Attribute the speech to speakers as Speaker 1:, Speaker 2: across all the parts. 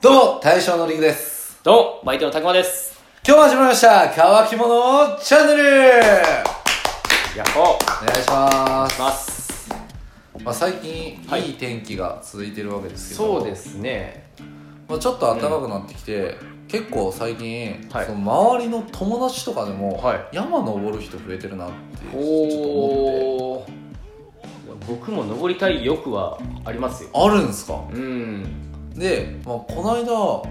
Speaker 1: と
Speaker 2: 大将のりくです
Speaker 1: どうもバイトのたくまです
Speaker 2: 今日も始まりました乾き物チャンネル
Speaker 1: やっほー
Speaker 2: お願いします、
Speaker 1: ます
Speaker 2: まあ、最近、
Speaker 1: はい
Speaker 2: いい天気が続いてるわけですけど
Speaker 1: そうですね
Speaker 2: まあ、ちょっと暖かくなってきて、結構最近、
Speaker 1: はい
Speaker 2: その周りの友達とかでも、
Speaker 1: はい
Speaker 2: 山登る人増えてるなってちょっと思って
Speaker 1: おお僕も登りたい欲はありますよ
Speaker 2: あるんですか
Speaker 1: うん
Speaker 2: で、まあ、この間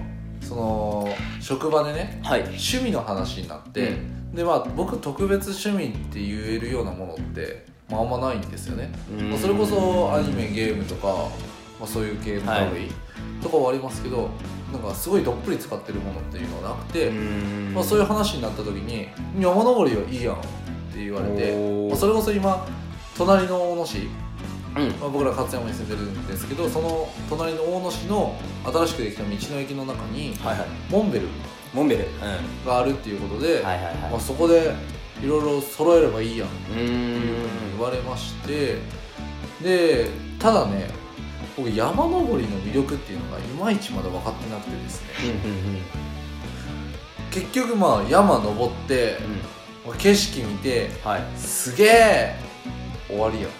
Speaker 2: その職場でね
Speaker 1: はい
Speaker 2: 趣味の話になって、
Speaker 1: う
Speaker 2: でまあ僕特別趣味って言えるようなものって、まあ、あんまないんですよね、まあそれこそアニメゲームとか、まあ、そういう系の類とかはありますけど、なんかすごいどっぷり使ってるものっていうのはなくて、
Speaker 1: うん
Speaker 2: まあ、そういう話になった時に「山登りはいいやん」って言われて、
Speaker 1: おー
Speaker 2: まあ、それこそ今隣の大野市、
Speaker 1: うん
Speaker 2: まあ、僕ら勝山に住んでるんですけどその隣の大野市の新しくできた道の駅の中に
Speaker 1: はいはい
Speaker 2: モンベル
Speaker 1: モンベル
Speaker 2: があるっていうことで、
Speaker 1: うんはいはい
Speaker 2: まあ、
Speaker 1: は
Speaker 2: そこでいろいろ揃えればいいやんっ
Speaker 1: い
Speaker 2: て
Speaker 1: う
Speaker 2: いうふうに
Speaker 1: ん
Speaker 2: 言われましてでただね僕山登りの魅力っていうのがいまいちまだ分かってなくてですね結局まあ山登って、まあ景色見て
Speaker 1: はい
Speaker 2: すげえ終わりやん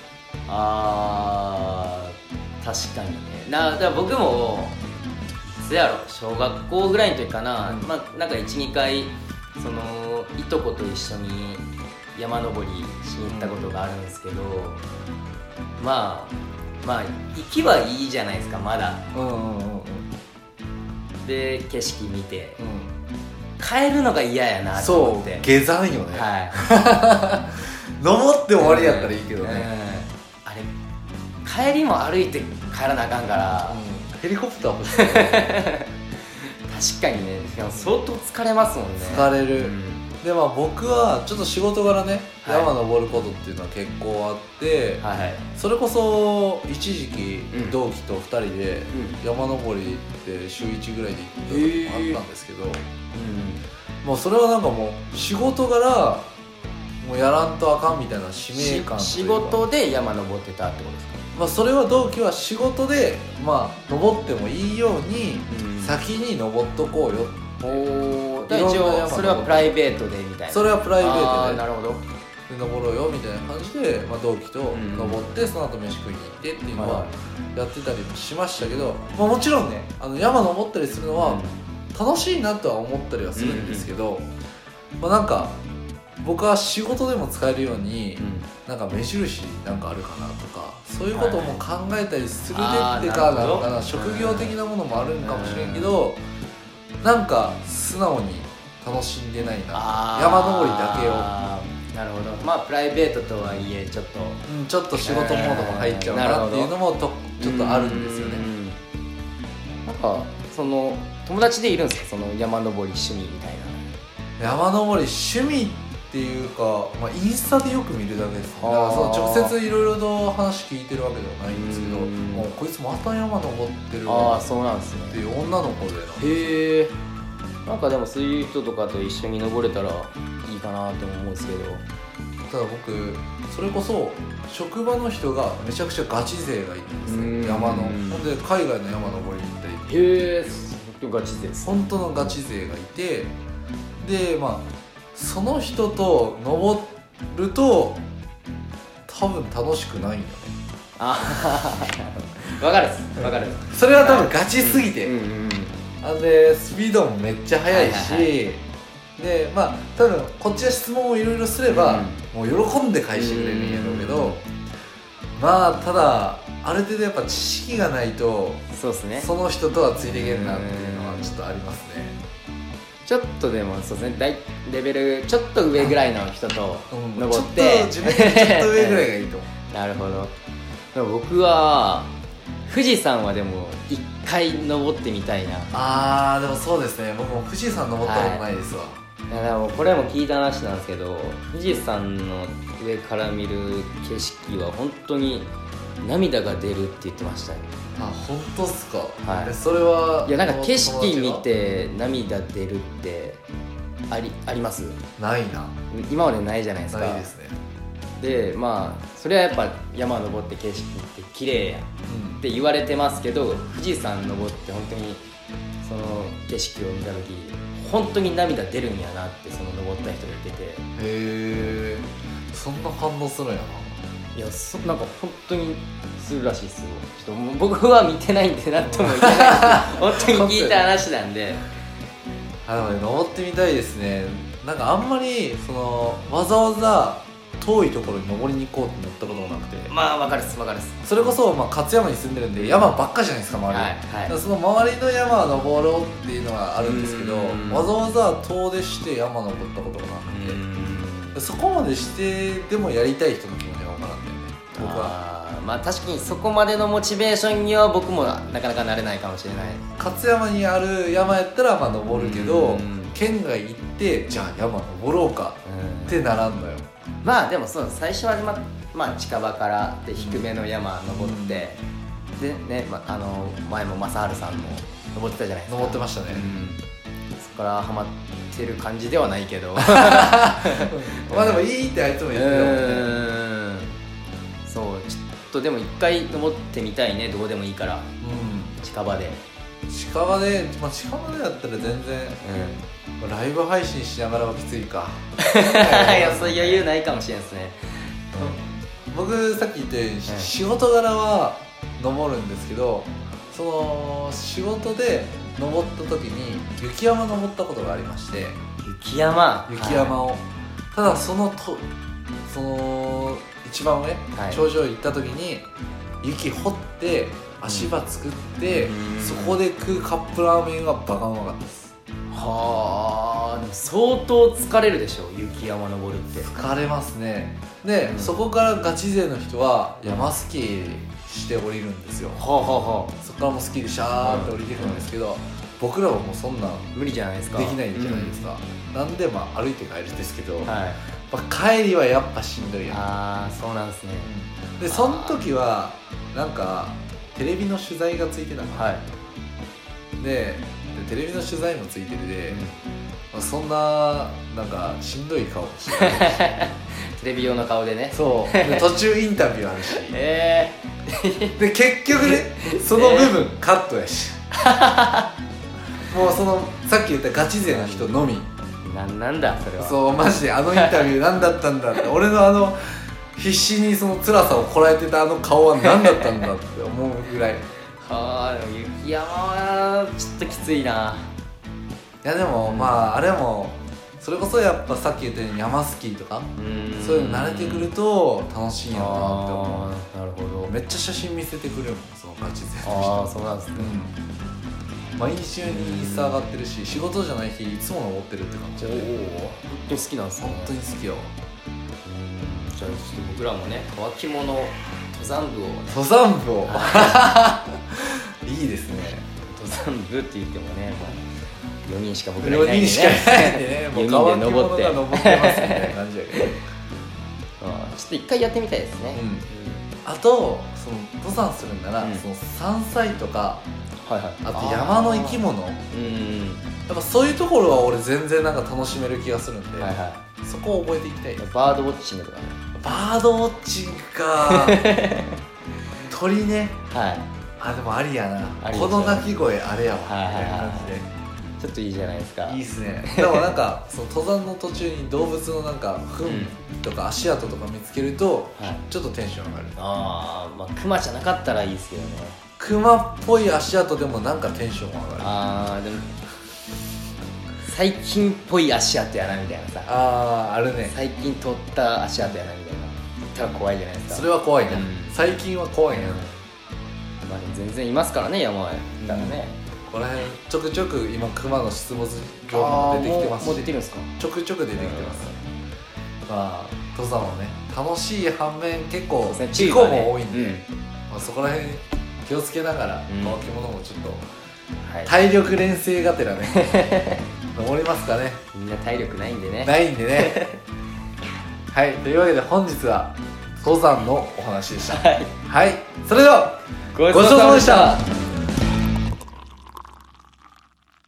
Speaker 1: あー確かにねなだから僕もいつやろ小学校ぐらいの時かな、
Speaker 2: うん
Speaker 1: まあなんか12回そのいとこと一緒に山登りしに行ったことがあるんですけど、まあまあ行きはいいじゃないですかまだ
Speaker 2: うんうんうんうん
Speaker 1: で景色見て帰るのが嫌やなと思
Speaker 2: そ
Speaker 1: っ
Speaker 2: う
Speaker 1: て
Speaker 2: 下山よね、
Speaker 1: はい
Speaker 2: 登って終わりやったらいいけど
Speaker 1: うん
Speaker 2: ね、
Speaker 1: あれ帰りも歩いて帰らなあかんから、
Speaker 2: うんヘリコプター欲しいね
Speaker 1: 確かにねしかも相当疲れますもんね
Speaker 2: 疲れる、
Speaker 1: うん
Speaker 2: でまあ僕はちょっと仕事柄ね、
Speaker 1: はい
Speaker 2: 山登ることっていうのは結構あって、
Speaker 1: はいはい
Speaker 2: それこそ一時期
Speaker 1: うん
Speaker 2: 同期と2人で山登りって週1ぐらいで行った時もあったんですけど、もうそれはなんかもう仕事柄もうやらんとあかんみたいな使命感
Speaker 1: し仕
Speaker 2: というか
Speaker 1: 事で山登ってたってことですか
Speaker 2: まあ、それは同期は仕事でまあ登ってもいいように先に登っとこうよ、
Speaker 1: おーだ
Speaker 2: い
Speaker 1: か
Speaker 2: ろ
Speaker 1: ら
Speaker 2: ん
Speaker 1: 一
Speaker 2: な山
Speaker 1: 応それはプライベートでみたいな
Speaker 2: それはプライベ
Speaker 1: あ
Speaker 2: ート
Speaker 1: な
Speaker 2: で
Speaker 1: るほど
Speaker 2: で登ろうよみたいな感じで、まあ、同期と
Speaker 1: ん
Speaker 2: 登って、その後飯食いに行ってっていうの
Speaker 1: は
Speaker 2: はやってたりもしましたけど、まあ、もちろんねあの山登ったりするのは楽しいなとは思ったりはするんですけど、まあ、なんか僕は仕事でも使えるように、なんか目印なんかあるかなとかそういうことも考えたりするで
Speaker 1: はい
Speaker 2: ってか
Speaker 1: あーな
Speaker 2: な
Speaker 1: るほ
Speaker 2: の
Speaker 1: ど
Speaker 2: かな職業的なものもあるんかもしれんけどなんか素直に楽しんでないな山登りだけを。
Speaker 1: けをなるほどまあプライベートとはいえちょっと
Speaker 2: うんちょっと仕事モードも入っちゃうなっていうのもとちょっとあるんですよね
Speaker 1: うんなんかその友達でいるんですかその山登り趣味みたいな
Speaker 2: 山登り趣味っていうか、まあ、インスタでよく見るだけですねだか
Speaker 1: あー
Speaker 2: らその直接いろいろと話聞いてるわけではないんですけど
Speaker 1: うん
Speaker 2: もうこいつまた山登ってる
Speaker 1: あ
Speaker 2: わ
Speaker 1: あ
Speaker 2: っ
Speaker 1: そうなんですね
Speaker 2: ていう女の子でな
Speaker 1: へえなんかでもそういう人とかと一緒に登れたらいいかなっても思うんですけど
Speaker 2: ただ僕それこそ職場の人がめちゃくちゃガチ勢がいてです
Speaker 1: うん
Speaker 2: ね山のほんで海外の山登りに行ったり
Speaker 1: へえガチです
Speaker 2: 本当のガチ勢がいてでまあその人と登ると多分楽しくないんよね
Speaker 1: ああわかるっすわかるっす
Speaker 2: それは多分ガチすぎて、
Speaker 1: うんうん
Speaker 2: あんでスピードもめっちゃ速いし、
Speaker 1: はいはい
Speaker 2: でまあ多分こっちは質問をいろいろすれば、もう喜んで返してくれるんやろうけど、
Speaker 1: うん
Speaker 2: まあただある程度やっぱ知識がないと
Speaker 1: そうですね
Speaker 2: その人とはついていけんなっていうのはちょっとありますね
Speaker 1: ちょっとでもそうですね大レベルちょっと上ぐらいの人と
Speaker 2: うん
Speaker 1: 登って、
Speaker 2: ちょっと自分よりちょっと上ぐらいがいいと思う
Speaker 1: なるほどでも僕は富士山はでも一回登ってみたいな
Speaker 2: あーでもそうですね僕も富士山登ったことないですわ、
Speaker 1: いやでもこれも聞いた話なんですけど富士山の上から見る景色は本当に涙が出るって言ってましたね
Speaker 2: あ本当っすか、
Speaker 1: はい
Speaker 2: えそれはい
Speaker 1: やなんか景色見て涙出るってありあります
Speaker 2: ないな
Speaker 1: 今までないじゃないですか
Speaker 2: ないですね
Speaker 1: でまあそれはやっぱ山登って景色って綺麗やん
Speaker 2: うん
Speaker 1: って言われてますけど富士山登って本当にその景色を見た時本当に涙出るんやなってその登った人が言ってて
Speaker 2: へえそんな反応するんやない
Speaker 1: やそなんか本当にするらしいですよちょっともう僕は見てないんでなんとも言えないです本当 に聞いた話なんで
Speaker 2: あでもね登ってみたいですねなんかあんまりそのわざわざ遠いところに登りに行こうってなったこともなくて
Speaker 1: まあ分かるっす分かるっす
Speaker 2: それこそ、まあ、勝山に住んでるんで山ばっかじゃないですか周
Speaker 1: はい
Speaker 2: り、だか
Speaker 1: は
Speaker 2: らその周りの山を登ろうっていうのがあるんですけど
Speaker 1: うん
Speaker 2: わざわざ遠出して山登ったことがなく
Speaker 1: い
Speaker 2: て
Speaker 1: うん
Speaker 2: そこまでしてでもやりたい人の気持ちが分からんだよね僕は
Speaker 1: あーまあ確かにそこまでのモチベーションには僕もなかなかなれないかもしれない
Speaker 2: 勝山にある山やったらまあ登るけど
Speaker 1: うん
Speaker 2: 県外行ってじゃあ山登ろうか
Speaker 1: うん
Speaker 2: ってならんのよ
Speaker 1: まあでもそう最初はままあ、近場からで低めの山登って、でね、まあの前も正治さんも登ってたじゃないですか
Speaker 2: 登ってましたね
Speaker 1: うんそこからハマってる感じではないけ ど
Speaker 2: まあでもいいってあいつも言ってたもんね
Speaker 1: うんそうちょっとでも一回登ってみたいねどうでもいいから近場で、
Speaker 2: うん近場で、まあ、近場でだったら全然ライブ配信しながらはきついか
Speaker 1: いやそういう余裕ないかもしれないですね、
Speaker 2: 僕さっき言ったようにし
Speaker 1: うん
Speaker 2: 仕事柄は登るんですけどその仕事で登った時に雪山登ったことがありまして
Speaker 1: 雪山
Speaker 2: 雪山
Speaker 1: は
Speaker 2: を、ただそのとその一番上、
Speaker 1: はい
Speaker 2: 頂上行った時に雪掘って足場作って、
Speaker 1: うん
Speaker 2: そこで食うカップラーメンがバカうまかったです
Speaker 1: いはあでも相当疲れるでしょ雪山登るって
Speaker 2: 疲れますねで、
Speaker 1: うん
Speaker 2: そこからガチ勢の人は山スキーして降りるんですよ
Speaker 1: はあはあはあ
Speaker 2: そこからもうスキーでシャーって降りてくるんですけど、僕らはもうそんなん
Speaker 1: 無理じゃないですか
Speaker 2: できないじゃないですか、なんでまあ歩いて帰るんですけど、
Speaker 1: うん
Speaker 2: ま
Speaker 1: はい
Speaker 2: あ、帰りはやっぱしんどいやん
Speaker 1: ああそうなんですね
Speaker 2: でその時はなんかテレビの取材がついてたの
Speaker 1: はい
Speaker 2: ででテレビの取材もついてるで、まあ、そんななんかしんどい顔もして
Speaker 1: テレビ用の顔でね
Speaker 2: そうで途中インタビューあるし
Speaker 1: え
Speaker 2: で結局ねその部分カットやしもうそのさっき言ったガチ勢の人のみ
Speaker 1: ー、なんなんだそれは
Speaker 2: そうマジであのインタビュー何だったんだって俺のあの必死にその辛さをこらえてたあの顔は何だったんだって思うぐらい
Speaker 1: はあでも雪山はちょっときついない
Speaker 2: やでもまああれもそれこそやっぱさっき言ったように山スキーとか
Speaker 1: うん
Speaker 2: そういうの慣れてくると楽しいんやろうなって思
Speaker 1: あーなるほど
Speaker 2: うめっちゃ写真見せてくれるもんそのガチ勢
Speaker 1: ああ
Speaker 2: の
Speaker 1: そうなんですね
Speaker 2: 人うん毎週にインスタ上がってるし仕事じゃない日いつも登ってるって感じ
Speaker 1: おお本当に好きなんですね
Speaker 2: 本当に好きよ
Speaker 1: うんじゃあちょっと僕らもね乾き物登山部をね
Speaker 2: 登山部 をいいですね
Speaker 1: 登山部って言ってもね、まあ、4人しか僕らい
Speaker 2: 4
Speaker 1: ないんでね
Speaker 2: 人しかいないんで ねもう
Speaker 1: 4人で
Speaker 2: 乾き物
Speaker 1: 登って
Speaker 2: が登ってますみたいな感じやけど
Speaker 1: うんちょっと一回やってみたいですね、
Speaker 2: うんあとその登山するんなら、
Speaker 1: うん
Speaker 2: その山菜とか
Speaker 1: はいはい
Speaker 2: あと山の生き物や
Speaker 1: うん
Speaker 2: っぱそういうところは俺全然なんか楽しめる気がするんで、
Speaker 1: はいは
Speaker 2: そこを覚えていきたい
Speaker 1: いバードウォッチングとかね
Speaker 2: バードウォッチング か鳥ね
Speaker 1: はい
Speaker 2: あでもありやな
Speaker 1: ありでしょ
Speaker 2: この鳴き声あれやわみ
Speaker 1: はいはい
Speaker 2: た
Speaker 1: はいい
Speaker 2: な
Speaker 1: はい
Speaker 2: 感じで
Speaker 1: ちょっといいじゃないですか
Speaker 2: いいっすねでもなんかその登山の途中に動物のなんか糞とか足跡とか見つけると
Speaker 1: はい、
Speaker 2: ちょっとテンション上がる
Speaker 1: ああまあクマじゃなかったらいいですけどね
Speaker 2: 熊っぽい足跡でもなんかテンション上がる
Speaker 1: ああでも最近っぽい足跡やなみたいなさ
Speaker 2: あーあるね
Speaker 1: 最近取った足跡やなみたいな言ったら怖いじゃないですか
Speaker 2: それは怖いな、
Speaker 1: うん
Speaker 2: 最近は怖いな、
Speaker 1: まあでも全然いますからね山はだからね、
Speaker 2: この辺ちょくちょく今熊の出没情報も出てきてます
Speaker 1: もう出
Speaker 2: して
Speaker 1: るんですか
Speaker 2: ちょくちょく出てきてます、まあ登山もね楽しい反面結構事故も多いんで、まあ、そこら辺気をつけながら
Speaker 1: うん
Speaker 2: 乾き物もちょっと
Speaker 1: はい、
Speaker 2: 体力練成がてらね 登りますかね
Speaker 1: みんな体力ないんでね
Speaker 2: ないんでね はいというわけで本日は登山のお話でしたはい、それでは
Speaker 1: ご
Speaker 2: ごちそうさまでした